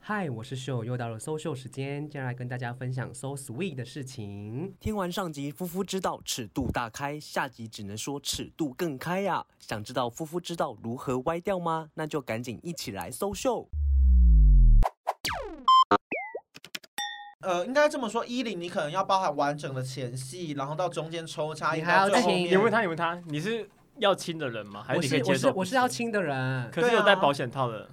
嗨，我是秀，又到了搜秀时间，接下来跟大家分享搜 sweet 的事情。听完上集，夫妇知道尺度大开，下集只能说尺度更开呀、想知道夫妇知道如何歪掉吗？那就赶紧一起来搜秀。呃，应该这么说，一零你可能要包含完整的前戏，然后到中间抽插，你一直还要到最后亲面你你问他，你问他，你是要亲的人吗？还我你可以是接我受是我是要，亲的人，可是对啊有戴保险套的，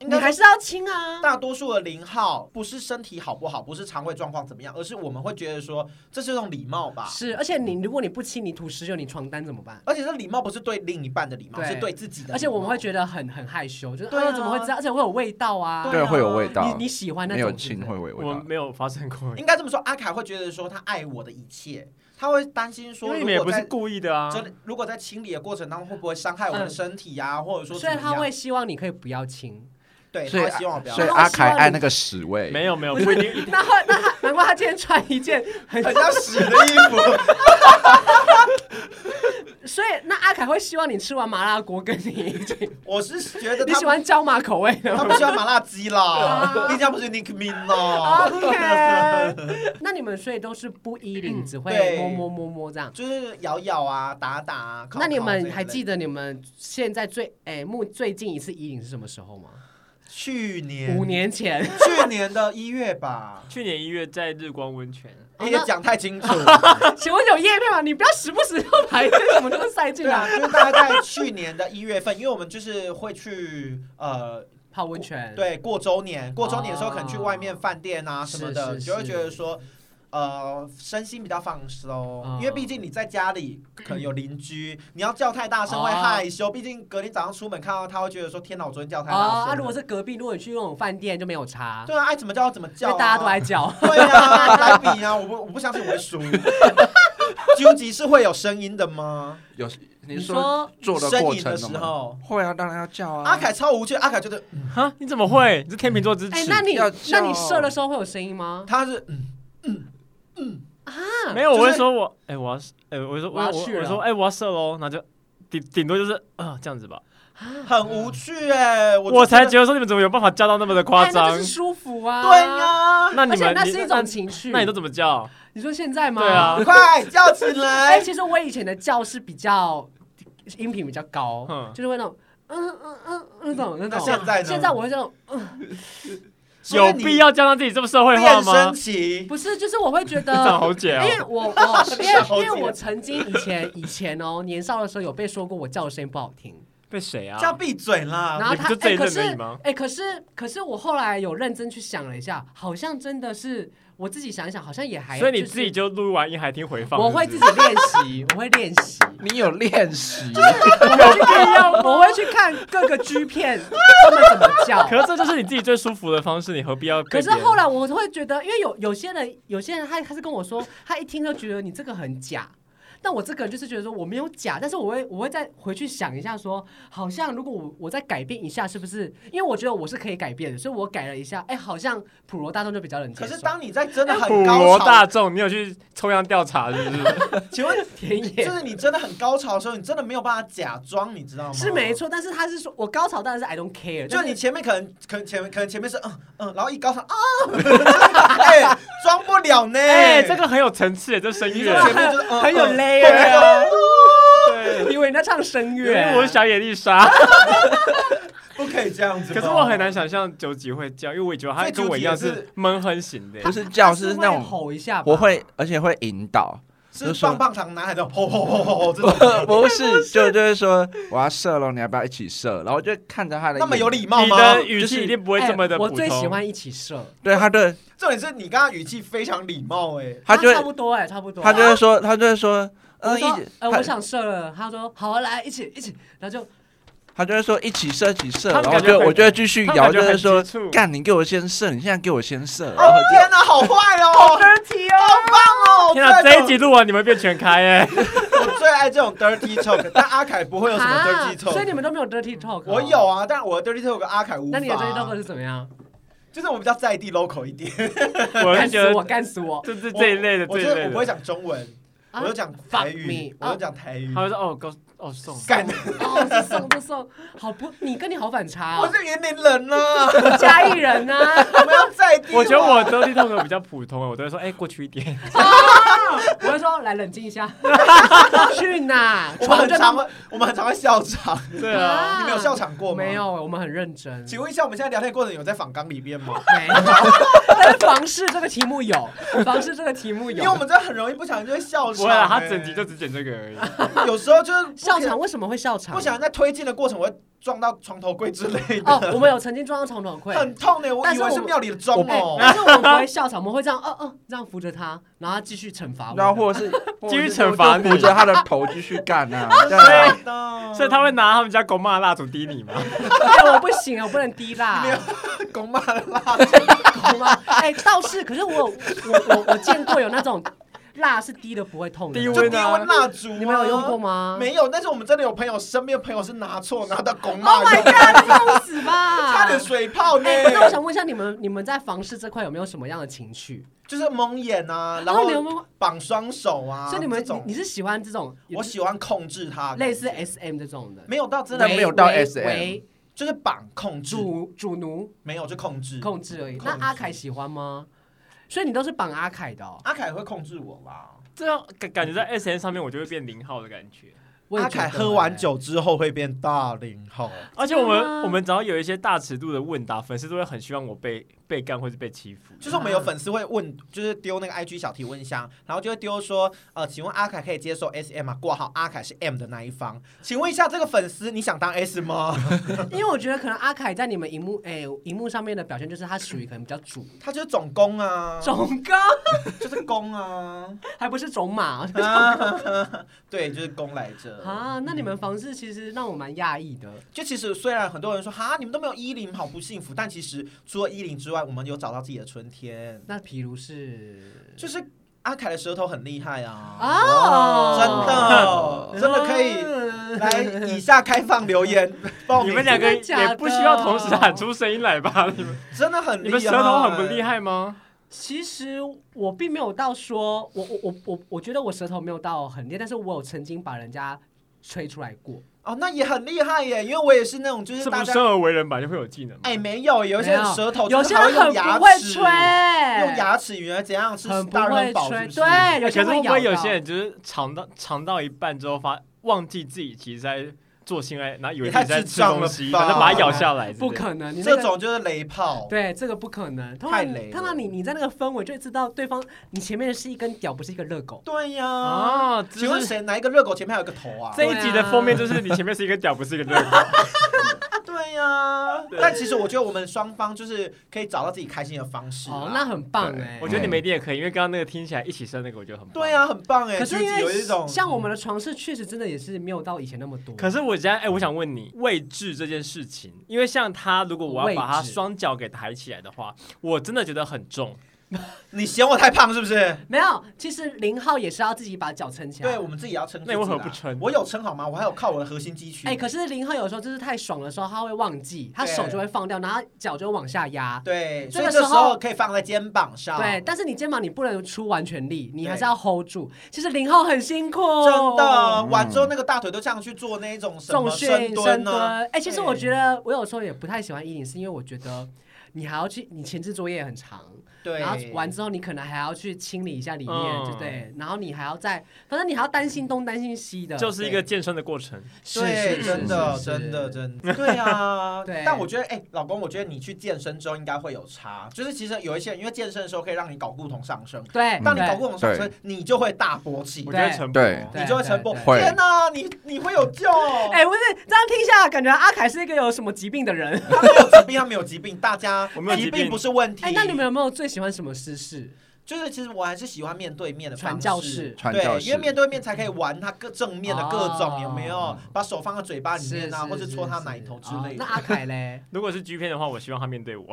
应你该还是是要亲啊。大多数的零号不是身体好不好，不是肠胃状况怎么样，而是我们会觉得说这是一种礼貌吧。是，而且你如果你不亲，你吐石榴，你床单怎么办？而且这礼貌不是对另一半的礼貌，对是对自己的礼貌。啊而且我们会觉得很很害羞，就是对啊啊怎么会这样？而且会有味道啊。对对，啊会有味道。你你喜欢那没种有是不亲是会有味我道。没有发生哎过。啊应该这么说，阿凯会觉得说他爱我的一切，他会担心因说为如你们也果不是在故意的啊，真的如果在清理的过程当中会不会伤害我的身体呀、或者说所以嗯怎么他样会希望你可以不要亲。对，所以他会希望我不要所以那阿我希望凯爱你那个屎味，没有没有，不一定一定？那他那他难怪他今天穿一件很 很像屎的衣服， 所以那阿凯会希望你吃完麻辣锅跟你 一起，我是觉得你他喜欢椒麻口味的 他吗不需要麻辣鸡啦，你这样不是 Nick Min 啦， ？OK，那你们所以都是不衣领，只会嗯对摸摸摸摸这样。就是咬咬啊、打打啊。烤烤那你们这还一类记得你们现在最哎目最近一次衣领是什么时候吗？去年五年前。 去年的一月吧去年一月在日光温泉，哦哎那呀，讲太清楚。 请问有叶片吗？你不要时不时就把一些什么东西塞进 对啊，来。就是大概在去年的一月份，因为我们就是会去呃，泡温泉，，对，过周年，过周年的时候可能去外面饭店啊是什么的，哦是你就会是觉得说。呃，身心比较放松，嗯因为毕竟你在家里可能有邻居，你要叫太大声会哦害羞。毕竟隔天早上出门看到他会觉得说：“天哪，我昨天叫太大声哦，了。啊，如果是隔壁，如果你去那种饭店就没有差，对啊，爱怎么叫怎么因叫、为啊，大家都爱 叫。对啊，来比啊，我不我不相信我会输。究极是会有声音的吗？有你你说说做的呻过吟的程时了吗？哦候，会啊，当然要叫啊。阿凯超无趣，阿凯觉得 哈，你怎么会？你是天秤座之嗯哎、耻，那你要那叫你射的时候会有声音吗？他是啊，没有，就是我会说我，哎，我要，哎，我说我我要我去了我说，哎，我要射喽，那就顶顶多就是啊这样子吧。很无趣哎、我我才觉觉得说你们怎么有办法叫到那么的夸哎，那张就？是舒服啊。得对呀、那你而且们那你是一种情绪。那你都怎么叫？你说现在吗？对啊快叫起哎、来！其实我以前的叫是比较音频比较高，嗯就是会那种嗯嗯嗯嗯那种那种。那现在呢现在我会这种，所以有你必要叫到自己这么社会化变吗声？期，不是，就是我会觉得长喉结因哦。为我 我因为因了为我曾经以前以前哦年少的时候有被说过我叫的声音不好听，被谁啊？叫闭嘴啦！然后你不他就这哎、一可阵是而已哎吗、可是可是我后来有认真去想了一下，好像真的是我自己想一想，好像也还所以你哎就是自己就录完音还听回放。我会是不自是己练习， 我会练 习，你有练习，我会去看，我会去看各个 G 片他们怎么叫。可是这就是你自己最舒服的方式，你何必要可跟别是人？后来我会觉得，因为有有些人，有些人他他是跟我说，他一听就觉得你这个很假。但我这个人就是觉得说我没有假，但是我会我会再回去想一下说，好像如果我我再改变一下，是不是？因为我觉得我是可以改变的，所以我改了一下，哎、好像普罗大众就比较能接可受。是当你在真的普很罗高潮，大众，你有去抽样调查是不是？请问田野就是你真的很高潮的时候，你真的没有办法假装，你知道吗？是没错， 但是他是说我高潮当然是 I don't care，就但是你前面可能可能前面可能前面是嗯嗯，然后一高潮啊， 哎，装不了呢。哎，这个很有层次，这声乐，前面就是嗯很有嗯 layer 啊， 对，以为人家唱声因为乐，我小野丽莎，不可以这样子吧。可是我很难想象九级会叫，因为我觉得他跟我一样所以九级也是闷哼型的不。是叫，是那会种吼一下吧，我会，而且会引导，是棒棒糖男孩的吼吼吼吼吼这种， 不是就就是说我要射了，你要不要一起射？然后就看着他的，那么有，礼貌你吗？的语就是气一定不会这么的哎普我通。最喜欢一起射，对他对重点是你刚刚语气非常礼貌哎，他就差会不多哎、差不多，他就会说他就会说，我呃一说起，呃，我他想射了。他说好啊，来一起一起，然后就他就会说一起射一起射，他们然后感觉就很我就会继续他们摇，感觉就很是说急促干你给我先射，你现在给我先射，然哦后天哪，好坏 哦， dirty 好棒哦！天哪，真的这一集录完你们变全开哎！我最爱这种 dirty talk，但阿凯不会有什么 dirty 啊所以你 talk。们都没有 dirty talk 哦。我有啊，但我的 dirty talk 阿凯无法。啊那你的 dirty talk 是怎么 样？就是我比较在地 local 一点，我干是觉死得我，干死我！这这这一类的，我这一觉得类我不会的。讲中文，啊 我又讲台 fuck 语 me，，啊我又讲台语他，会说哦，告哦送，干，哦，这送这送，好不，你跟你好反差我哦，是云林人 呐，嘉义人啊呐、我们要在地化。我觉得我当地痛口比较普通，我都会说哎过去一点，我会说来冷静一 下，去哪？我们床很就常会，我们很常会笑场。对啊，你们有笑场过吗？没。有，我们很认真。请问一下，我们现在聊天的过程有在访纲里面吗？没有， 但是房事这个题目有，房事这个题目因为我有。们真的很容易不小心就会笑不场、会啊，欸。他整集就只剪这个而已。 有时候就是不笑想场为什么会笑场？不小心在推进的过程，我会撞到床头柜之类的，哦，我们有曾经撞到床头柜，很痛欸的、我但以是我为是庙里的钟哎哦、但是我们不会笑场，我们会这样，哦哦，这样扶着他，然后他继续惩 罚我。然后或者是继续惩罚或者是你就扶着他的头继续干啊，对啊，的所以他会拿他们家狗骂蜡烛滴你吗？哎，我不行，我不能滴 蜡，公骂啦，懂吗？哎，倒是，可是我我我我见过有那种蜡是滴的不会痛的，低就温低温蜡烛、啊，你们有用过？吗？没有，但是我们真的有朋友，身边朋友是拿错，拿到公骂用，痛死吧？啊差点欸水泡呢、Oh 哎、那我想问一下，你们你们在房事这块有没有什么样的情趣？ 就是蒙眼啊，然后你有没有？绑双手啊，所以你这们种你你是喜欢这种，我喜欢控制他，类似 S M 这种的，没有到真那的为没有到为 SM 为就是绑控制，主主奴没有就控制。控制而已。控制那阿凯喜欢吗？所以你都是绑阿凯的哦。阿凯会控制我啦。这样啊感感觉在 S N 上面我就会变零号的感觉。我也阿觉得凯喝完，酒之后会变大零后，而且我们、真的吗我们只要有一些大尺度的问答，粉丝都会很希望我被被干或是被欺负。就是我们有粉丝会问，就是丢那个 IG 小提问箱，然后就会丢说，呃，请问阿凯可以接受 SM 吗？挂号阿凯是 M 的那一方，请问一下这个粉丝，你想当 S 吗？ 因为我觉得可能阿凯在你们荧幕哎荧幕上面的表现就是他属于可能比较主他就是总攻啊，种高，就是攻 啊， 还不是种马啊 对，就是攻来着啊。那你们房事其实让我蛮讶异的。就其实虽然很多人说哈，你们都没有衣领，好不幸福，但其实除了衣领之外，我们有找到自己的春天，那譬如是就是阿凯的舌头很厉害啊，哦 真的真的可以。来，以下开放留言报名。你们两个真的假的也不需要同时喊出声音来吧？你们真的很厉害，你们舌头很不厉。害吗？其实我并没有到说，我我我我我觉得我舌头没有到很烈，但是我有曾经把人家吹出来过。哦，那也很厉害耶，因为我也是那种就是是大不家生而为人本来就会有技能吗？哎没有，有一些人舌头有哦就是些还人会用很牙不会齿吹，用牙齿原来怎样吃很不大会润堡是吹，不是？对，有哎些可是会人不会咬有到些人就是尝到尝到一半之后发忘记自己其实在做性爱，然后以为也自太己在智吃障东了西，吧然后就把它咬下来之类的。不可能，你那这个种就是雷炮，对这个不可能。通太常雷了通常你你在那个氛围就会知道对方你前面是一根屌，不是一个热狗。对呀。哦啊！只请问是谁哪一个热狗前面还有个头啊？这一集的封面就是你前面是一个 屌，不是一个热狗。对呀，但其实我觉得我们双方就是可以找到自己开心的方式哦，啦。那很棒哎。我觉得你们一定也可以，因为刚刚那个听起来一起生那个，我觉得很棒对。呀，很棒哎。可是就是因为有一种像我们的床事，确实真的也是没有到以前那么多。可是我现在，哎、我想问你，位置这件事情，因为像他，如果我要把他位置双脚给抬起来的话，我真的觉得很重。你嫌我太胖是不是？没有，其实零号也是要自己把脚撑起来。对，我们自己也要撑。那你为何不撑我有撑好吗？我还有靠我的核心肌群。哎、可是零号有时候就是太爽的时候，他会忘记，他对手就会放掉，然后脚就会往下压。对，这所以个这时时候候可以放在肩膀上。对，但是你肩膀你不能出完全力，你还是要 hold 住。其实零号很辛苦，真的，完之后那个大腿都这样去做那一种哦什重么训深深蹲啊蹲。呢？哎、其实对我觉得我有时候也不太喜欢一零，是因为我觉得你还要去，你前置作业很长，对，然后完之后你可能还要去清理一下里面，嗯对不对？然后你还要再，反正你还要担心东担心西啊的，就是一个健身的过程，是对，是真的，是是真的，真的，对 啊对但我觉得，哎，老公，我觉得你去健身之后应该会有差，就是其实有一些人因为健身的时候可以让你睾固酮上升，对，当你对睾固酮上升，你就会大勃起哦我对，觉得成 对对你就会晨勃。对对天哪，你你会有救？哎、不是这样听下来，感觉阿凯是一个有什么疾病的人。 他没有疾病，他没有疾病，大家我没有疾疾病病不是问题。哎、那你们有没有最喜欢什么姿势？就是其实我还是喜欢面对面的方传式教士传对教，因为面士，对面才可以玩他各正面的各哦种，有没有？把手放在嘴巴里面是啊，或者搓他奶头之类哦那的。阿凯 嘞？如果是 G 片的话，我希望他面对我，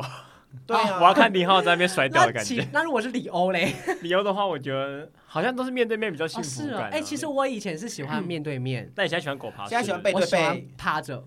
对啊，我要看林浩在那边甩掉的那感觉 哦其。那如果是李欧嘞？理由的话，我觉得好像都是面对面比 较幸哦，福是哦。感、啊哎、其实，我以前是喜嗯欢面对面，那你现在喜欢狗爬式？现在喜欢背我对喜欢背。趴着，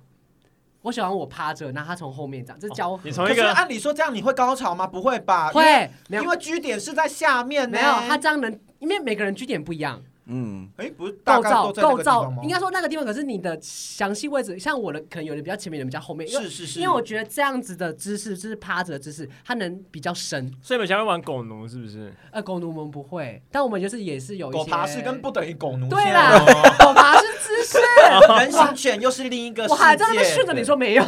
我喜欢我趴着，然后他从后面这样，这哦交、你从可一是啊个按理说这样你会高潮吗？不会吧？会没因为，有因为 G 点是在下面呢。没有他这样能，因为每个人据点不一样。嗯，哎，不是大构概造都在那构个地造方吗？应该说那个地方，可是你的详细位置，像我的可能有的比较前面，有的比较后面，因为是是是，因为我觉得这样子的姿势，就是趴着的姿势，它能比较深。所以你们想要玩狗奴是不是？呃，狗奴我们不会，但我们就是也是有一些狗爬式跟不等于狗奴，哦对啦， 狗爬是姿 势。人形犬又是另一个世界。我还在那边训着你说 没有，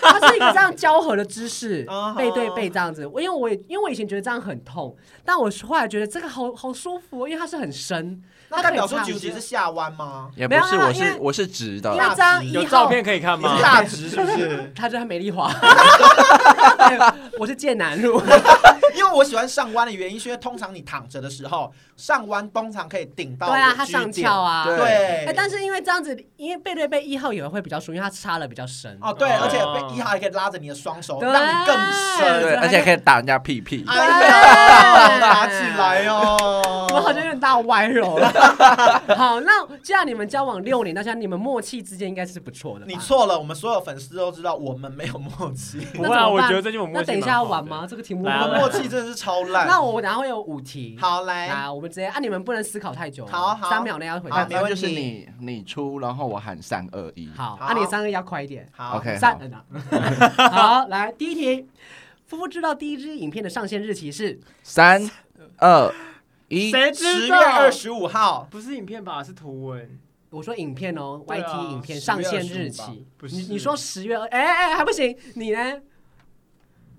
它是一个这样交合的姿势啊，哈背对背这样子。我因为我也因为我以前觉得这样很痛，但我后来觉得这个好好舒服哦，因为它是很深，那代表说它可以九级插是下弯 吗？也不没有是，啊我因为是我是直因的为大，这样直一有号照片可以看你吗是？大直是不是？他就是美丽华，我是剑南路， 因为我喜欢上弯的原因，是因为通常你躺着的时候，上弯通常可以顶到对啊，我他居上点翘。啊，对对哎，，但是因为这样子，因为背对背一号也会比较舒服，因为它插的比较深。哦对，哦而且被一号还可以拉着你的双手，对让你更深。对，而且可以打人家屁屁。哎呀，打起来哦！我好像有点大歪柔 了。好，那既然你们交往六年，那像你们默契之间应该是不错的吧。你错了，我们所有粉丝都知道我们没有默契，不那怎么会啊，我办觉得最 近我默那契等一下蛮要好玩的吗？？这个题目我我来们啊们来默默契真的是超烂。那我然后有五题。啊好来，来，我们直接啊，你们不能思考太久哦，好好三秒内要回好答没。那问就题是你你出，然后我喊三二一。好，好啊，你三个要快一点。好 OK 三，嗯啊 好，来第一题，夫妇知道第一支影片的上线日期是三二一，谁十知月道？二十五号，不是影片吧？是图文。我说影片哦对啊，YT 影片10上线月25日吧期。不你是你说十月二，哎哎还不行，你呢？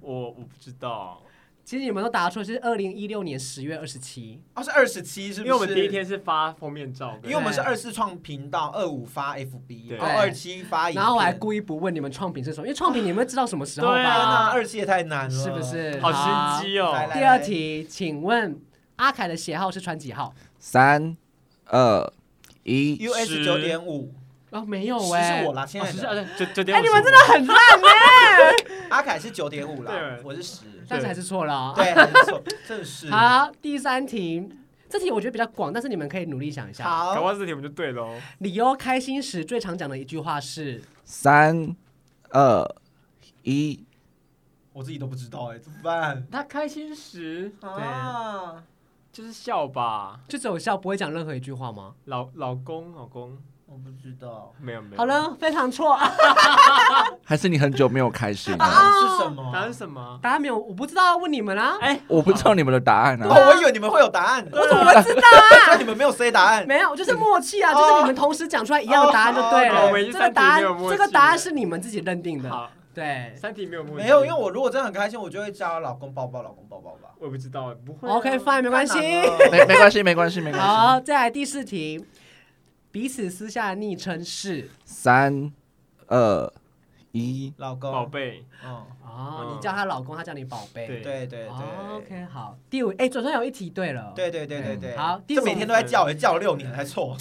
我我不知道，其实你们都答错，是二零一六年十月二十七。哦是二十七，是不因是？为我们第一，天是发封面照，因为我们是二四创频道，二五发 FB，对然后二七发啊影片，然后我还故意不问你们创品是什么，因为创品你们会知道什么时候对天哪，吧？二七也太难了，是不？是？好心机哦。来来第二题，请问阿凯的鞋号是穿几号？三二一， US 九点五，哦，没有十哎、是我啦，现哦在是的是啊，九九点哎、五。你们真的很烂 哎、阿凯是九点五啦对，我是十，但是还是错了、哦。对，还不错，正是。好，第三题，这题我觉得比较广，但是你们可以努力想一下。搞好，忘这题我们就对喽。理由开心时最常讲的一句话是，三二一，我自己都不知道哎，怎么办？他开心时啊，就是笑吧，就只有笑不会讲任何一句话吗？老老公老公我不知道没有没有。好，了，非常错，啊还是你很久没有开心答了？案是什答案么是。什么？答案没有，我不知道，问你们啊。哎，我不知道你们的答案哦，啊。我以为你们会有答案，我怎么 我知道啊 那你们没有 C 答案？没有，就是默契啊，就是你们同时讲出来一样的答案就对哦哦哦了。我哦们已经这三个题答没有案，默这契个答了案是你们自己认定的。好，对三题没有默契。没有，因为我如果真的很开心，我就会叫老公抱抱，老公抱抱吧。我也不知道，不会啊。 ，OK fine，没没关系。没没关系，没关系，没关系。好，再来第四题，彼此私下的昵称是三二一，老公，宝，贝，嗯，哦，嗯你叫她老公，她叫你宝贝。对对对哦对， ，OK，好。第五，哎，总算有一题对了。。对对对对对。好第这五每天都在叫，叫了六年才错。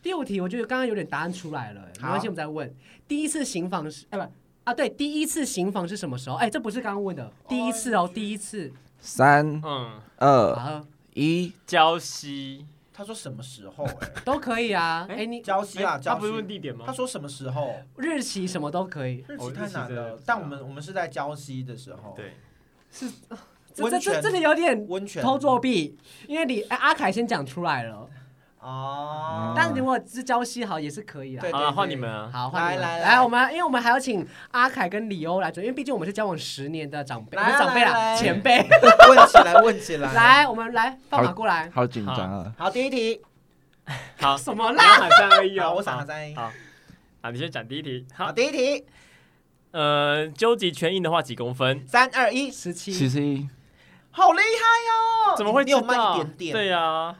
第五题，我觉得刚刚有点答案出来了，哎没好关系，我们再问。第一次行房是，哎不。啊，对，第一次行房是什么时候？哎，这不是刚刚问的，第一次哦，第一次。三嗯，二好，一，娇妻，他说什么时候？ 哎，都可以啊。哎哎，你娇妻啊，哎他娇不是妻问。地点吗？他说什么时候？日期什么都可以。日哦期日太期难真的了不，知但道我们我们是在礁溪的时候，，对，这这温泉这这里有点温泉偷作弊，因为你、哎阿凯先讲出来了，嗯哦，但如果是礁西好也是可以啦。对好了，换你们啊。好，换你们来来来来，我们因为我们还要请阿凯跟李欧来准，因为毕竟我们是交往十年的长辈，来不啊是长辈来啊啦，前辈。 问起来问起来，，来，我们来放马过来。好紧张啊！好，第一题，好， 什么我啦？喊三二一好，哦，我想好他在，好，好，你先讲第一题。好，好，第一题，呃，究极全印的话几公分？三二一，十七七，七，好厉害哦，怎么会你知道？有慢一点点？，对啊呀，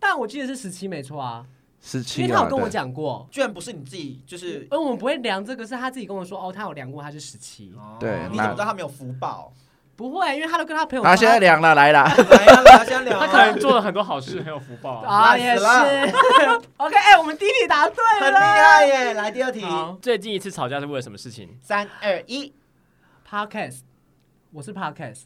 但我记得是十七没错啊，十因为七他啊有跟我对讲过，居然不是你自己，就是，而我们不会量这个，是他自己跟我说，哦，他有量过，他是十七，对哦你怎么那知道他没有福 报？不会，因为他都跟他朋友说。好，现在凉了，来啦。来呀，来啊先聊他啊，可能做了很多好事，很有福报 啊。啊，烂死也是了。 OK，哎、我们弟弟答对很厉了。害耶，来第二题，好最近一次吵架是为了什么事情？三二一， Podcast，我是 Podcast。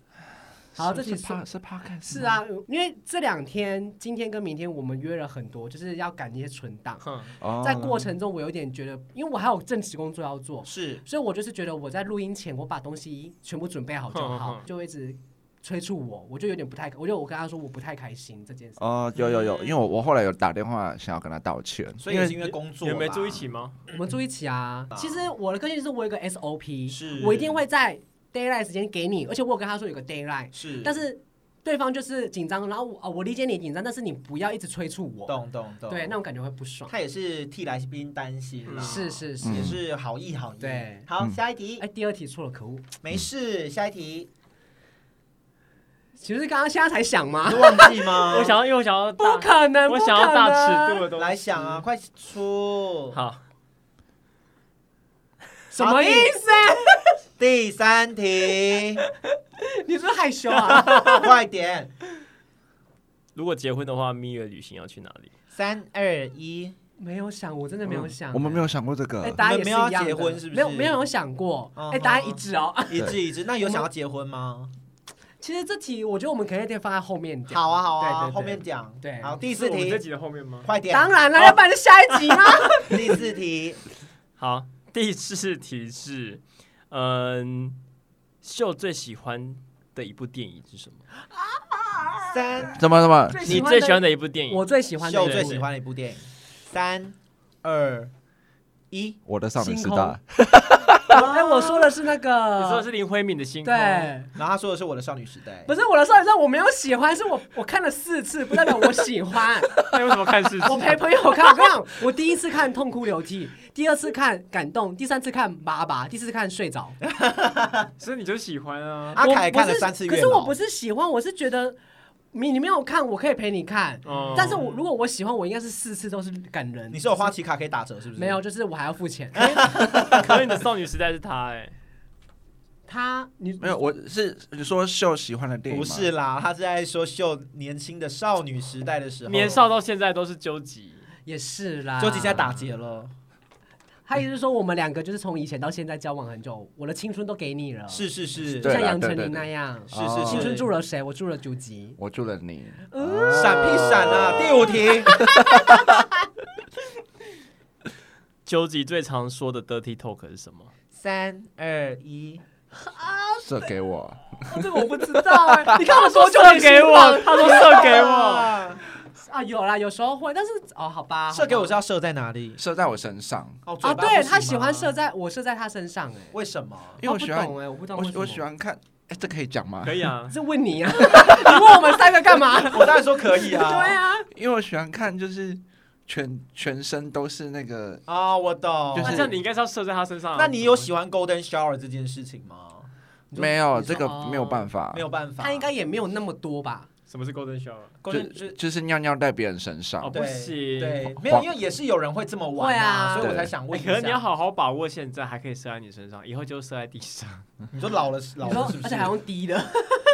好，这是题是是怕是怕看是，啊，因为这两天，今天跟明天，我们约了很多，就是要赶一些存档。哼，哦在过程中，我有点觉得，因为我还有正职工作要做，是所以我就是觉得我在录音前，我把东西全部准备好就哼好哼，就一直催促我，我就有点不太，我就我跟他说我不太开心这件事。哦，有有有，因为我我后来有打电话想要跟他道歉，所以也是因为工作你啦，们没住一起吗？我们住一起啊啊。其实我的个性就是我有一个 SOP，是，我一定会在 d a y l i g h t 时间给你，而且我有跟他说有个 d a y l i g h t 是，但是对方就是紧张，然后我、哦、我理解你紧张，但是你不要一直催促我，懂懂懂，对，那种感觉会不爽。他也是替来宾担心啦，是是是。也是好意好意。对好，嗯下一题哎，，第二题错了，可恶！没事，下一题，其实刚刚现在才想吗 你？忘记 吗？我想要，因为我想要不大，可能，我不想可要大尺能度的东西。来想啊，，快出。好，什么意思？第三题，你是不是害羞啊？快点，如果结婚的话，蜜月旅行要去哪里？三二一， 没有想，我真的没有想。嗯我们没有。有想过这哎，个。答案也是一样的你们没有要结婚是不是没有，没有人想过。嗯哎，答案一致哦。一致一致。那有想要结婚吗？其实这题，我觉得我们可以先放在后面讲。好啊，好对啊，对对后面讲。对好，第第四我们这题，集的后面吗？快点。当然了，好要不然就下一集啦。 第四题，好，第四题是，嗯，秀最喜欢的一部电影是什么？三，怎么怎么？你最喜欢的一部电影？我最喜欢的秀人最喜欢的一部电影，三二一，我的少女时星空代，哎，我说的是那个，你嗯说的是林慧敏的星空，对，然后他说的是我的少女时代不。是我的少女时代，我没有喜欢，是我我看了四次，不代表我喜欢。 那为什么看事我陪情？朋 友看，我跟你讲，我第一次看痛哭流涕，第二次看感动，第三次看麻麻，第四次看睡着。 所以你就喜欢啊？哎阿凯我不看了是三次月可是我老不是喜欢，我是觉得你你没有看，我可以陪你看。嗯但是我如果我喜欢，我应该是四次都是感人。你是有花哎旗卡可以打折是不是？没有，，就是我还要付 钱。啊可是你的少女时代是他哎、他你没有，我是你说秀喜欢的电影不吗是啦，他是在说秀年轻的少女时代的时候，年少到现在都是纠集。也是啦。就现在打劫了，他意思是说我们两个就是从以前到现在交往很久，我的青春都给你了，是是是，就对像啦杨丞对对琳对那样。是是哦青春是，住了谁？我住了九集。我住了你，哦闪屁闪啊！第五 题，纠集最常说的 dirty talk 是什么？三二一，射给我，哦这个我不知道哎、 你看我多久射没给吃我饭，他说射给我，啊？有啦，有时候会，但是哦，好吧，射给我是啊要射在哪里？射在我身上，哦，嘴哦巴不对行他喜吗嗯欢射，在我射在他身上哎、为什么？因为我不喜欢，懂哎、我不懂为我什么我喜欢看，哎，这可以讲吗 可？以啊。是问你啊， 你问我们三个干 嘛？我当然说可以 对啊，啊，因为我喜欢看就是全全身都是那个，啊，我懂就。那是这样你应该是要射在他身上啊。那你有喜欢 Golden Shower 这件事情吗？说没有你说这个哦没有办法，没有办法，他应该也没有那么多吧？什么是 golden shower？就 Golden 就是就是尿尿在别人身上哦，不对行对，黄没有，因为也是有人会这么玩会啊所以我才想问哎一下。可是你要好好把握现在，还可以射在你身上，以后就射在地上。你说老了老你了说是不是？而且还用低的，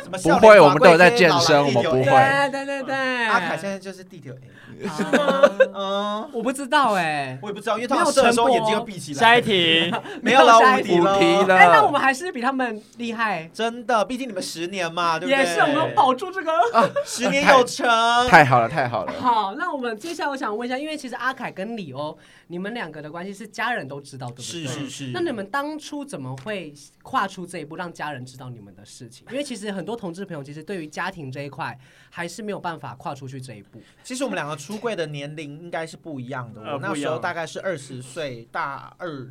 什么不少年会我法们规都有在这些健老男身人我们有不的对会对对对。嗯阿凯现在就是地铁 A，啊嗯，我不知道哎、我也不知道，因为他射的时候眼睛又闭起来。下一，题， 没有了，下无一敌了，无敌了哎、那我们还是比他们厉害，真的，毕竟你们十年嘛，对不也对？是我们保住这个。十年有成，太好了太好 了，好，那我们接下来我想问一下，因为其实阿凯跟李欧，你们两个的关系是家人都知道，对不对？是是是。那你们当初怎么会跨出这一步，让家人知道你们的事情？因为其实很多同志朋友其实对于家庭这一块还是没有办法跨出去这一步。其实我们两个出柜的年龄应该是不一样的。呃我那不一时候样大概是二十岁，大二、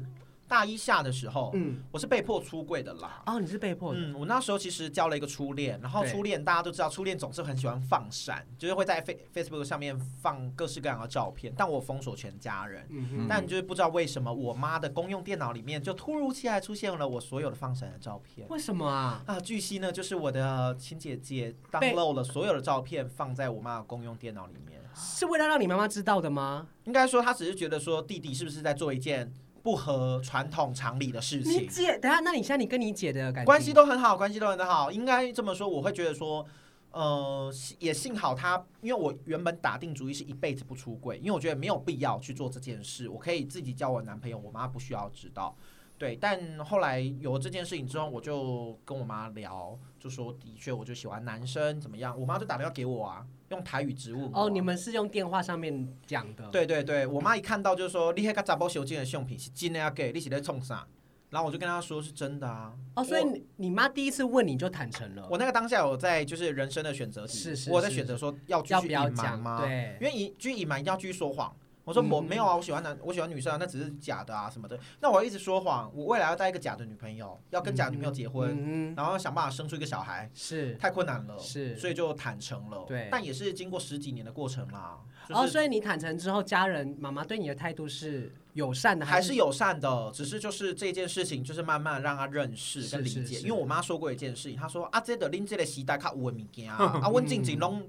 大一下的时候，嗯，我是被迫出柜的啦。哦，你是被迫的，嗯，我那时候其实交了一个初恋，然后对初恋大家都知道，初恋总是很喜欢放闪，就是会在 Face Facebook 上面放各式各样的照片，但我封锁全家人。嗯嗯哼，但就是不知道为什么，我妈的公用电脑里面就突如其来出现了我所有的放闪的照片为什么 啊？啊！据悉呢，就是我的亲姐姐当被漏了所有的照片放在我妈的公用电脑里面。是为了让你妈妈知道的吗？应该说，她只是觉得说弟弟是不是在做一件不合传统常理的事你情。姐，等一下，那你现在你跟你姐的感情关系都很好，关系都很好。应该这么说，我会觉得说，呃，幸也幸好他，因为我原本打定主意是一辈子不出柜，因为我觉得没有必要去做这件事，我可以自己交我男朋友，我妈不需要知道。对，但后来有了这件事情之后，我就跟我妈聊，就说的确我就喜欢男生怎么样，我妈就打电话给我啊，用台语质问我啊。哦，你们是用电话上面讲的，对对对，我妈一看到就说：“你那个查甫小进的相片是真的要给，你是在冲啥？”然后我就跟他说是真的啊。哦，所以你你妈第一次问你就坦诚了，我那个当下我在就是人生的选择题，嗯是是我有在是选择说要继要续不隐要瞒讲吗？，对嗯因，为一继续隐瞒一定要继续说谎。我说我没有啊，我喜欢男，我喜欢女生啊，那只是假的啊什么的。那我要一直说谎，我未来要带一个假的女朋友，要跟假的女朋友结婚，嗯哼，然后想办法生出一个小孩，是。太困难了，是所以就坦诚了。对但也是经过十几年的过程啦，哦，就是所以你坦诚之后，家人妈妈对你的态度是友善的，还是是友善的，哦只是就是这件事情，就是慢慢让他认识是跟理解。是是因为我妈说过一件事情，她说啊，这的拎这个时代较有的物件 啊，啊，阮静静拢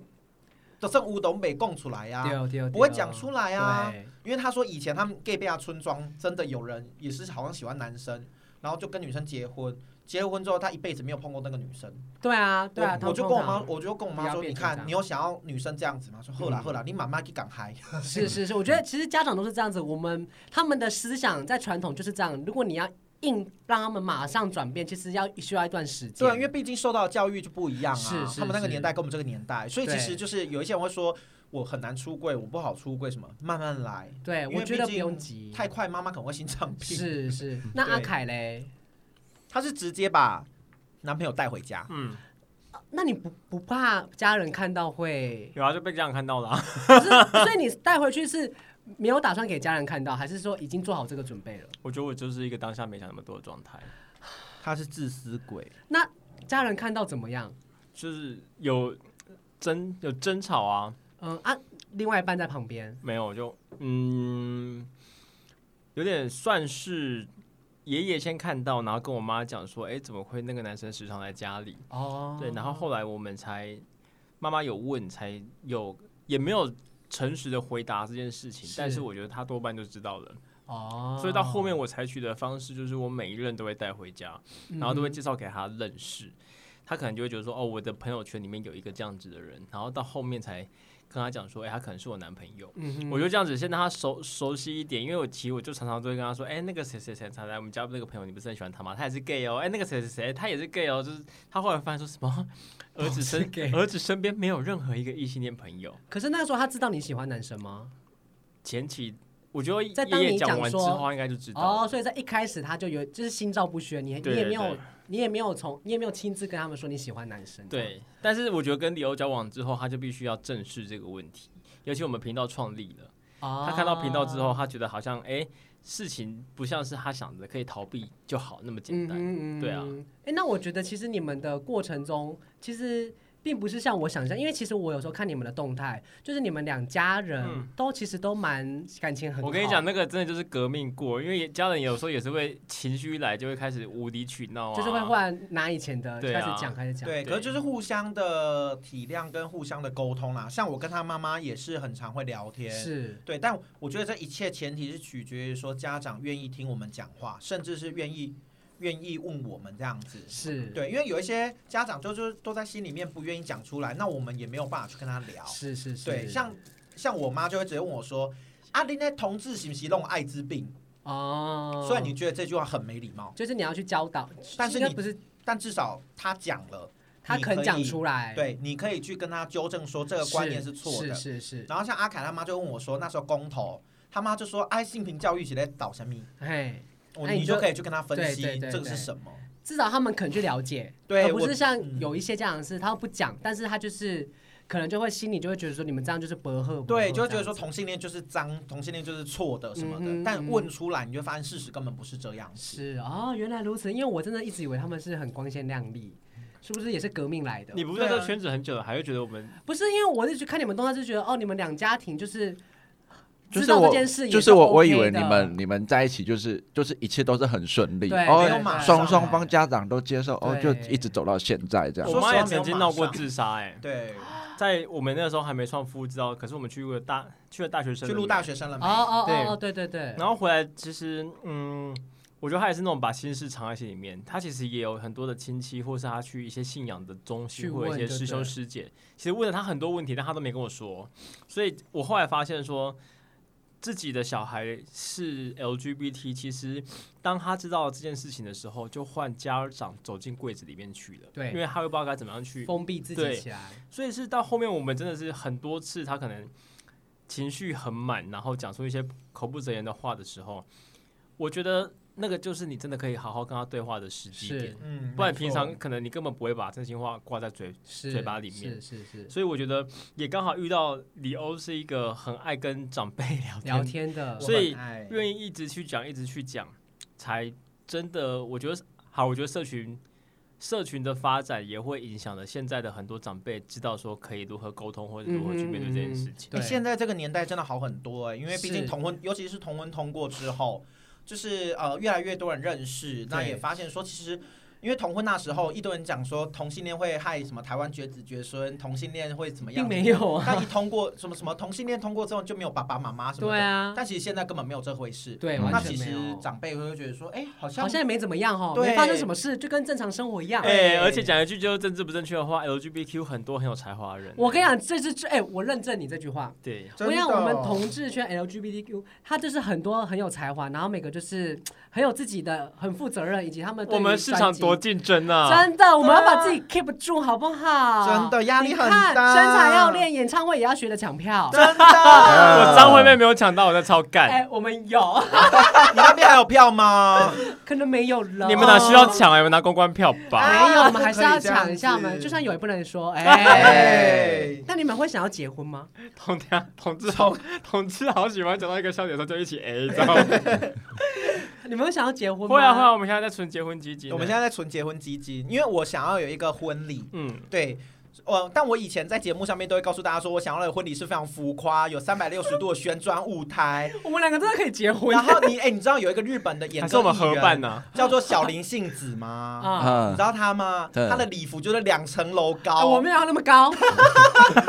都剩有都没讲出来啊，嗯对对对，不会讲出来啊。对因为他说以前他们 gay 贝亚村庄真的有人也是好像喜欢男生，然后就跟女生结婚，结了婚之后他一辈子没有碰过那个女生。对啊，对啊，我我就通跟我通妈，常我就跟我不妈要说，变你成这看样你有想要女生这样子吗？说后啦嗯后啦，你妈妈去港嗨，是是是，我觉得其实家长都是这样子，我们他们的思想在传统就是这样，如果你要硬让他们马上转变，其实要需要一段时间，对啊，因为毕竟受到的教育就不一样啊，是是他们那个是年代跟我们这个年代，所以其对实就是有一些人会说我很难出柜，我不好出柜什么，慢慢来，对因为我觉得毕不竟用急，太快妈妈可能会心脏病。是 是，那对阿凯嘞，她是直接把男朋友带回家，嗯，那你不不怕家人看到会？有啊，就被家长看到了、啊。可是所以你带回去是没有打算给家人看到，还是说已经做好这个准备了？我觉得我就是一个当下没想那么多的状态，她是自私鬼。那家人看到怎么样？就是有争有争吵啊，嗯啊，另外一半在旁边，没有就嗯，有点算是爷爷先看到，然后跟我妈讲说，哎、怎么会那个男生时常来家里？哦，对，然后后来我们才妈妈有问，才有也没有诚实的回答这件事情，是但是我觉得他多半就知道了，哦，所以到后面我采取的方式就是我每一任都会带回家，嗯哼，然后都会介绍给他认识，他可能就会觉得说，哦，我的朋友圈里面有一个这样子的人，然后到后面才跟他讲说，哎、他可能是我男朋友。嗯哼，我就这样子，先让他熟熟悉一点，因为我其实我就常常都会跟他说，哎、那个谁谁谁才来我们家那个朋友，你不是很喜欢他吗？他也是 gay 哦，哎、那个谁谁谁他也是 gay 哦，就是他后来发现说什么儿子身哦都是 gay 儿子身边没有任何一个异性恋朋友。可是那个时候他知道你喜欢男生吗？前期我觉得在当爷爷你讲讲完之说后，他应该就知道哦，了。所以在一开始他就有就是心照不宣，你对你也对没有对你也没有从你也没有亲自跟他们说你喜欢男生，对，但是我觉得跟李欧交往之后，他就必须要正视这个问题。尤其我们频道创立了，哦，他看到频道之后，他觉得好像哎、事情不像是他想的可以逃避就好那么简单。嗯对啊。哎、那我觉得其实你们的过程中，其实并不是像我想象，因为其实我有时候看你们的动态，就是你们两家人嗯都其实都蛮感情很好。我跟你讲，，那个真的就是革命过，因为家人有时候也是会情绪一来就会开始无理取闹啊，就是会忽然拿以前的对开啊始讲，开始讲。对，对可是就是互相的体谅跟互相的沟通啦。像我跟他妈妈也是很常会聊天，是对，但我觉得这一切前提是取决于说家长愿意听我们讲话，甚至是愿意愿意问我们这样子。是，对，因为有一些家长就就都在心里面不愿意讲出来，那我们也没有办法去跟他聊。是是是，对，像像我妈就会直接问我说：“啊，你那同志行不行弄艾滋病？”哦，虽然你觉得这句话很没礼貌，就是你要去教导，但是应该你不是但至少他讲了，他你肯可讲以出来，，对，你可以去跟他纠正说这个观念是错的。哎是是是，然后像阿凯他妈就问我说，那时候公投，他妈就说，哎，性平教育是在搞什么？哎，我哎你你就就可以去跟他分析对对对这个是对什么。至少他们肯去了解，对而不我是像嗯有一些家长是他不讲，但是他就是可能就会心里就会觉得说你们这样就是薄荷，薄对，荷就会觉得这说样子同性恋就是脏，同性恋就是错的什么的。嗯哼但问出来，你就发现事实根本不是这样子。是哦，原来如此，因为我真的一直以为他们是很光鲜亮丽，是不是也是革命来的？你不是在啊这个圈子很久了，还会觉得我们不是因为我是去看你们动画就觉得哦，你们两家庭就是知就是道我这件事也 OK 的，就是我，我以为你们你们在一起就是就是一切都是很顺利，对没有哦，马双上双方家长都接受，哦，就对一直走到现在这样。我啊说妈实也话没有曾经马闹过上自杀，哎，对，在我们那时候还没创夫知道，可是我们去过大去了大学生去录旅大，学生了哦没？哦哦哦，对对对，然后回来其实嗯。我觉得他也是那种把心事藏在心里面，他其实也有很多的亲戚，或是他去一些信仰的中去心，或者问一些就师对兄师姐，其实问了他很多问题，但他都没跟我说。所以我后来发现说，自己的小孩是 LGBT，其实当他知道这件事情的时候，就换家长走进柜子里面去了，对因为他又不知道该怎么样去封闭自己对起来，所以是到后面我们真的是很多次，他可能情绪很满，然后讲出一些口不择言的话的时候，我觉得那个就是你真的可以好好跟他对话的时机是点，嗯，不然没平错常可能你根本不会把真心话挂在嘴是嘴巴里是面是是所以我觉得也刚好遇到李欧是一个很爱跟长辈聊聊天，天的，所以我很爱愿意一直去讲，一直去讲，才真的我觉得好。我觉得社群社群的发展也会影响了现在的很多长辈知道说可以如何沟通或者如何去面对这件事情。对欸现在这个年代真的好很多哎、因为毕竟是同婚，尤其是同婚通过之后，就是呃越来越多人认识，那对也发现说其实。因为同婚那时候，一堆人讲说同性恋会害什么台湾绝子绝孙，同性恋会怎么样？并没有啊，但一通过什么什么同性恋通过之后就没有爸爸妈妈什么的。对啊，但其实现在根本没有这回事。对，嗯完那全没其实有。长辈会觉得说，哎、好像好像也没怎么样哈，哦对没发生什么事，就跟正常生活一样。哎、对而且讲一句就是政治不正确的话，LGBQ 很多很有才华的人。我跟你讲，这是最哎，我认证你这句话。对，我跟哦你讲，我们 同志圈 LGBTQ，他就是很多很有才华，然后每个就是很有自己的、很负责任，以及他们对于我们市场专多竞争辑啊！真的，我们要把对啊自己 keep 住，好不好？真的压力很大啊你看身材要练，演唱会也要学着抢票。真的，我张惠妹没有抢到，我在超干。哎，我们有，你那边还有票 吗？可能没有了。你们哪需要抢啊？你们拿公关票吧。没有，我们还是要不可以这样抢一下嘛，子就算有也不能 说。哎，哎，那你们会想要结婚吗？同天同志好，同志啊好喜欢讲到一个笑点的时候就一起哎 A，你知道吗？你们会想要结婚吗？会啊会啊，我们现在在存结婚基金呢。我们现在在存结婚基金，因为我想要有一个婚礼。嗯，对，我但我以前在节目上面都会告诉大家说，我想要的婚礼是非常浮夸，有三百六十度的旋转舞 台。我们两个真的可以结婚然后你哎、你知道有一个日本的演还是歌我们艺合人办啊呢？叫做小林幸子吗？啊！你嗯知，道他吗？对他的礼服就是两层楼高。啊我没有要那么 高，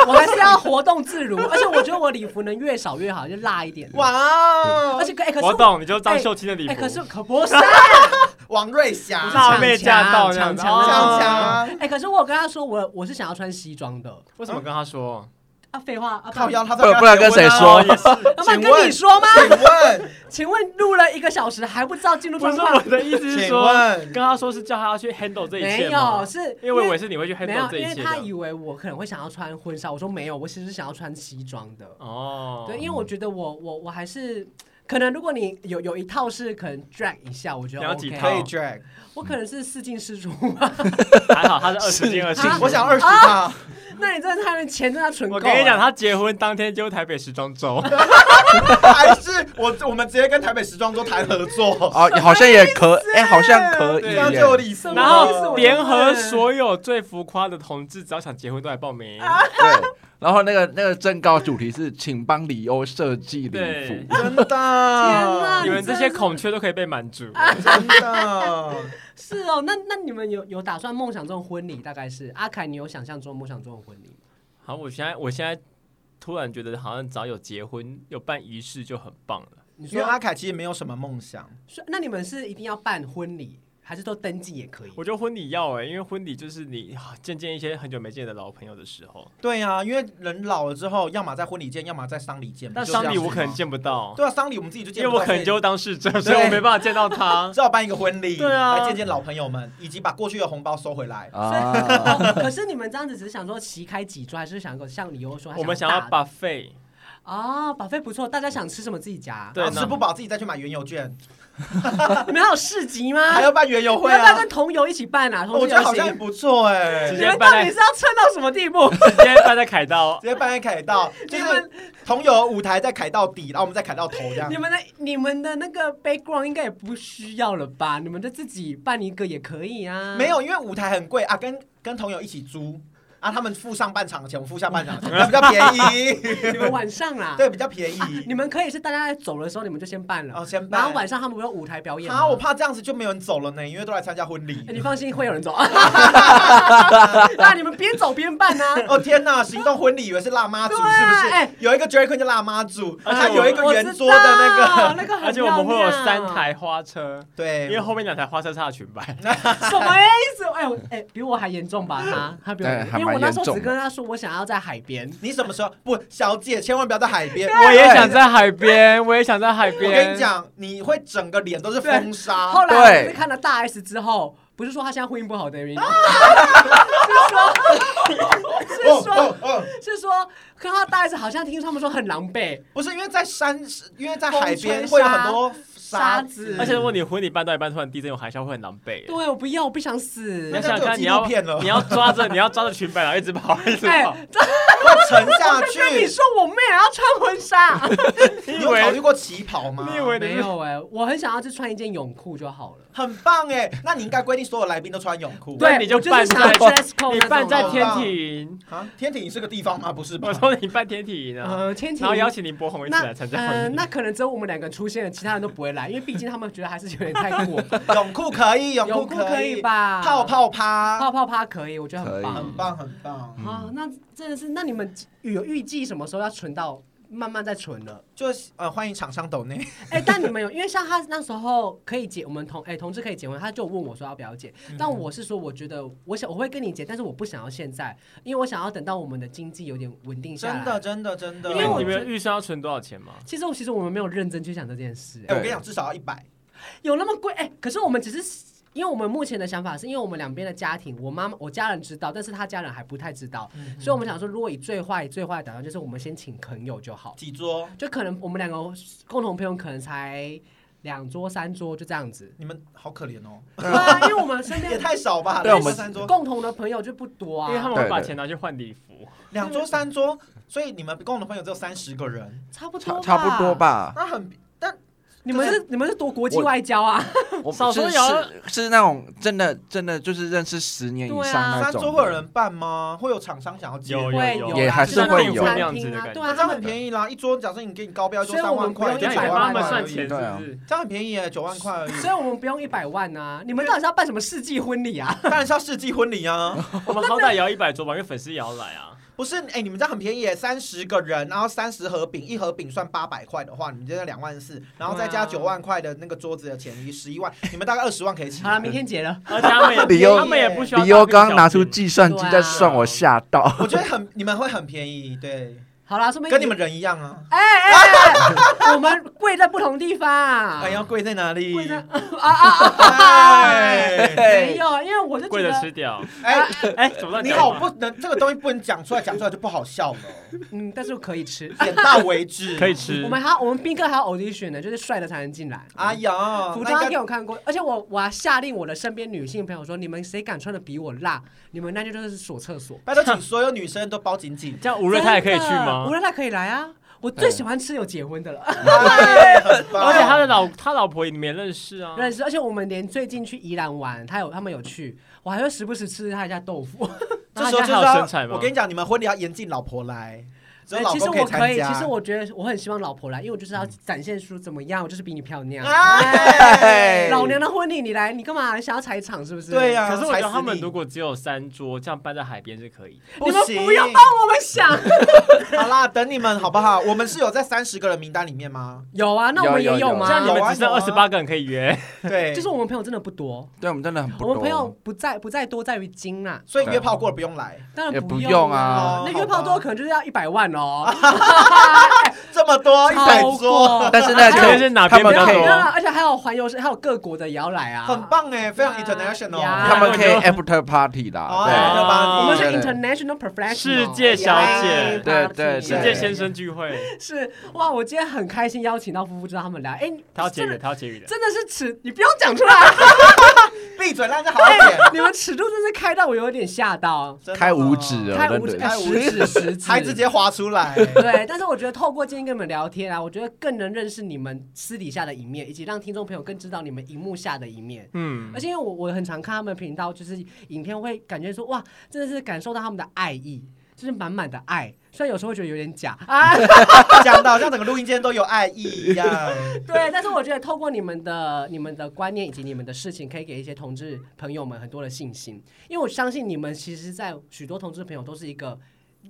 我还是要活动自如，而且我觉得我礼服能越少越好，就辣一点。哇哦而，且可哎，可我是懂，你就是张秀清的礼哎，服，可是可不是，啊王瑞霞我是辣强妹强驾到这样强强子哦强强强。强，哎，可是我有跟他说，我我是想要穿西装的为什么跟他说？啊，废话啊，靠腰，他不然不然跟谁说？要不然跟你说吗？ 请问，请问录了一个小时还不知道进入不状 是我况？的意思是请说，问跟，他说是叫他要去 handle 这一没切有，吗？是因为我也是你会去没有 handle，这因一为切他的。以为我可能会想要穿婚纱，我说没有，我其实想要穿西装的。哦，对，因为我觉得我我我还是。可能如果你有有一套是可能 drag 一下，我觉得你要 OK。几可套以 drag，我可能是四进四出。还好他是二十斤二十斤啊。我想二十套。 那你真的他的钱真的存够、我跟你讲，，他结婚当天就是台北时 装周，还是我我们直接跟台北时装周谈合啊作，哦，好像也可，哎，好像可以这对耶，样就有礼数什了。么然意思后我联合所有最浮夸的同志，只要想结婚都来报 名。啊对。然后那个那个正告主题是，请帮李欧设计礼对服。真的，天哪你们这些孔雀都可以被满足。啊真的，是哦。那那你们有有打算梦想中的婚礼？大概是阿凯，你有想象中梦想中的婚礼吗？好，我现在我现在突然觉得，好像只要有结婚、有办仪式就很棒了。你因为说，阿凯其实没有什么梦想，说那你们是一定要办婚礼，还是都登记也可以？我觉得婚礼要哎、因为婚礼就是你啊见见一些很久没见的老朋友的时候，对啊，因为人老了之后，要么在婚礼见，要么在丧礼见。但不就这丧样礼子吗我可能，见不到，对啊，丧礼我们自己就因见为不到，我可能就当事者， 以所以我没办法见到他 所以。只好办一个婚礼，对啊来见见老朋友们，以及把过去的红包收回来。啊，哦可是你们这样子只是想说旗开几桌，还是想像你又说他我们想想要大 buffet，啊，把费不错，大家想吃什么自己夹。对然后吃那不饱自己再去买原油券，你们还有市集吗？还要办原油你会要不要啊哦跟。同游一起办啊？同我游觉得好一像也起。不错哎，直你接直们到底是要撑到什么地步？ 直接办在 凯道。接办凯道，就你是们同友舞台再凯到底，然后我们再凯到头这样你。们的你们的那个 background 应该也不需要了吧？你们就自己办一个也可以啊。没，有，因为舞台很贵啊，跟跟朋友一起租啊，他们付上半场的钱，我们付下 半场的钱，比较便宜，你们晚上啦。对，比较便啊，宜。你们可以是大家在走的时候你们就先办了哦，，先然办后。晚上他们不是有舞台表演吗啊，我怕这样子就没有人走了呢，因为都来参加婚哎你礼。放心，会有 人走。 那你们边走边办啊。哦天哪，行动婚礼以为是辣妈组是不对哎是？有一个 Drag Queen 叫辣妈组，而且他我有一个我圆知桌的哦那道个，那个很而且我们会有漂亮三台花车，因对为，后面两台花车是他的裙摆。 什么意思？哎我哎，比我还严重吧？他他比我对严重，还因为我蛮那严时候重只的跟他说我想要在海边。你什么时候不？小姐千万不要在海 边。 我也想在海 边，我也想在海我边。跟你，讲，你会整个脸都是风沙。后来对我就是看了大 S 之后，不是说她现在婚姻不好的原因，是说是说哦哦是说，看到大 S 好像听他们说很狼�狈，不是因为在山，因为在海风吹沙边会有很多沙沙子子，而且如果你婚礼办到一半突然地震有海啸，会很狼狈。对，我不要，我不想死你要。那想就有看，你纪要录片了你要抓着你要抓着裙摆，然后一直跑，一直哎跑。，会沉下跟你去。说，我妹也要穿婚纱。你你以有考为虑过旗袍吗？你以为你没是有哎，我很想要就穿一件泳裤就好了。很棒哎，那你应该规定所有来宾都穿泳裤。对对，你就我就办是想在 dress code 你那办种在的天体营？啊，天体是个地方吗？不是吧我？说你办天体营啊，呃天体然后邀请林柏宏一起那来参加婚呃，礼。那可能只有我们两个出现了，其他人都不会来，因为毕竟他们觉得还是有点太 过。泳裤可以，泳泳裤裤可以以？吧？泡泡趴，泡泡趴可以，我觉得很可以棒很。棒很棒。啊，那真的是，那你们有预计什么时候要存到，慢慢再存 了？就是呃，欢迎厂商抖内。哎、但你们有，因为像他那时候可以结，我们同哎、同志可以结婚，他就问我说要不要结，嗯但我是说我觉得我想我会跟你结，但是我不想要现在，因为我想要等到我们的经济有点稳定下来。真的，真的真的，因为我你觉得们预算要存多少钱吗？其实我其实我们没有认真去想这件事、哎，哎我跟你讲，至少要一百。有那么贵？哎、可是我们只是。因为我们目前的想法是，因为我们两边的家庭，我妈妈、我家人知道，但是他家人还不太知道，所以我们想说，如果以最坏、最坏的打算，就是我们先请朋友就好。几桌？，就可能我们两个共同朋友可能才两桌三桌就这样子你们好可怜哦，对啊，因为我们身也边太少吧？对我们两桌三桌，共同的朋友就不多啊，因为他们会把对对钱拿去换礼服。两桌三桌，所以你们共同朋友只有三十个人，差不差多差不多。吧。那很但你们是你们是多国际外交啊？我少是说有是是那种真的真的就是认识十年以对啊上三那种的，桌会有人办吗？会有厂商想要接？有会有有啊也还是会有就像那种那样餐子的厅感啊，觉对这啊，他样很们便宜啦，一桌假设你给你高标，一桌所以三我万们不块，用你要一给百九万万帮他们块算而钱已是对啊不是？这样很便宜耶，九万块 而已。所以我们不用一百万啊。你们到底是要办什么世纪婚礼 啊？当然是要世纪婚礼啊！我们好歹也要一百桌吧，因为粉丝也要来啊。不是，哎、你们这样很便宜耶，三十个人，然后三十盒饼，一盒饼算八百块的话，你们就在两万四，然后再加对九啊万块的那个桌子的钱，你十一万，你们大概二十万 可以起好。了，明天结了。而且他 们也理由他们也不需要。比优刚拿出，计算啊机在算，我吓到。我觉得很，你们会很便宜，对，好啦，说明跟你们人一样啊。哎哎，哎我们贵在不同地方啊。哎，要哎贵在哪里？贵在 啊啊啊！哎没有，因为我就觉跪着吃得，掉。哎，哎，啊怎么乱你讲好话，不能，这个东西不能讲出来，讲出来就不好笑了。嗯，但是我可以 吃。点到 为止。可以。吃我。们还要我们斌哥还要 audition 呢，就是帅的才能进来。哎呀，服那装应给该我看过，而且我我还下令我的身边女性朋友说，你们谁敢穿的比我辣，你们那天就是锁厕所。拜托，请所有女生都包 紧紧。这样吴瑞泰也可以去真的吴吗？瑞泰可以来啊，我最喜欢吃有结婚的了，哎很棒而且他的老他老婆你们也认识啊。 认识。而且我们连最近去宜兰玩，他有他们有去，我还会时不时吃他一下豆腐。这时候就是那他还要有身材吗我跟你讲，你们婚礼要严禁老婆来，只有哎老其实公以我可参以，加。其实我觉得我很希望老婆来，因为我就是要展现出怎么样，我就是比你漂亮。啊哎，老娘的婚礼你来，你干嘛？你想要踩场是啊不是？对啊呀、可是我觉踩得死他们你如果只有三桌，这样搬在海边是可以的。你不们行，不用帮我们想。 好啦，等你们好不好？我们是有在三十个人名单里面吗？有啊，那我们有也有有吗？这样你有们啊只剩有二啊十八个人可 以约，对， 就是我们朋友真的不多，对我们真的很不我们朋友多，不在不在多在于精啦，所以约炮过了不用来，当也然不用用啊那约炮多可能就是要一百万哦，这么啊多一百超桌，过。 但是那这可个以是哪他边们比较可以没有啊多？啦而且还有环游世，还有各国的摇来啊，很。棒哎，非常对啊 international。呀他 们可以啊 after party 哦好啦，啊来吧，我们是对对对 international professional 哎世界小姐对对世界先生聚会，是哇！我今天很开心邀请到夫妇知道他们来，哎，他要结真语的，的他要结语的。真的是尺，你不要讲出来，啊 闭嘴，让人家好好哎点。 你们尺度真是开到我有点吓到，真的开五指开哦，五指，真的哎开五十指十 指，还直接滑出 来。对，但是我觉得透过今天跟你们聊天啊，我觉得更能认识你们私底下的一面，以及让听众朋友更知道你们荧幕下的一面。嗯而，且因为我我很常看他们频道，就是影片会感觉说哇，真的是感受到他们的爱意，就是满满的爱。虽然有时候会觉得有点假啊，讲到像整个录音间都有爱意一样， 对，但是我觉得透过你们的你们的观念以及你们的事情，可以给一些同志朋友们很多的信心，因为我相信你们其实，在许多同志朋友都是一个。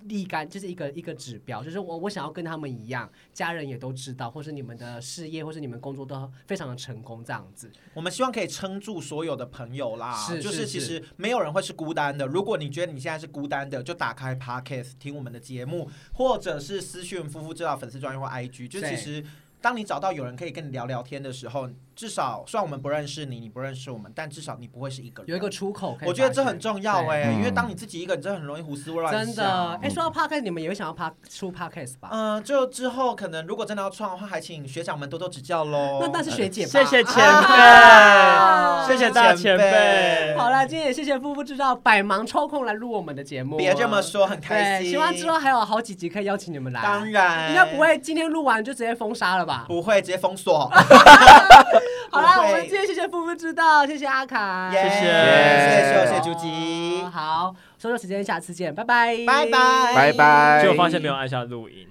立竿就是一个一个指标，就是我我想要跟他们一样，家人也都知道，或是你们的事业，或是你们工作都非常的成功这样子。我们希望可以撑住所有的朋友啦。是就是是其是实没有人会是孤单的。如果你觉得你现在是孤单的，就打开 Podcast 听我们的节目，或者是私讯夫妇知道粉丝专业或 IG。就对其实当你找到有人可以跟你聊聊天的时候，至少虽然我们不认识你，你不认识我们，但至少你不会是一个人。有一个出口可以发泄。我觉得这很重要对哎、嗯因为当你自己一个人，真的很容易胡思乱想。真的。哎，说到 podcast，你们也会想要 p 出 podcast 吧？嗯，就之后可能如果真的要创的话，还请学长们多多指教喽。那那是学姐吧。哦谢谢前 哎啊辈，谢谢大前前辈辈。好了，今天也谢谢夫妇知道百忙抽空来录我们的节目。别这么说，很开对，心。希望之后还有好几集可以邀请你们来。当然应该不会今天录完就直接封杀了吧？不会直接封锁。好啦，不我会们今天谢谢夫妇知道，谢谢阿卡，耶谢谢谢谢秀，谢谢朱吉，好，收收时间，下次见，拜拜，拜拜，拜拜。哎结果发现没有按下录音。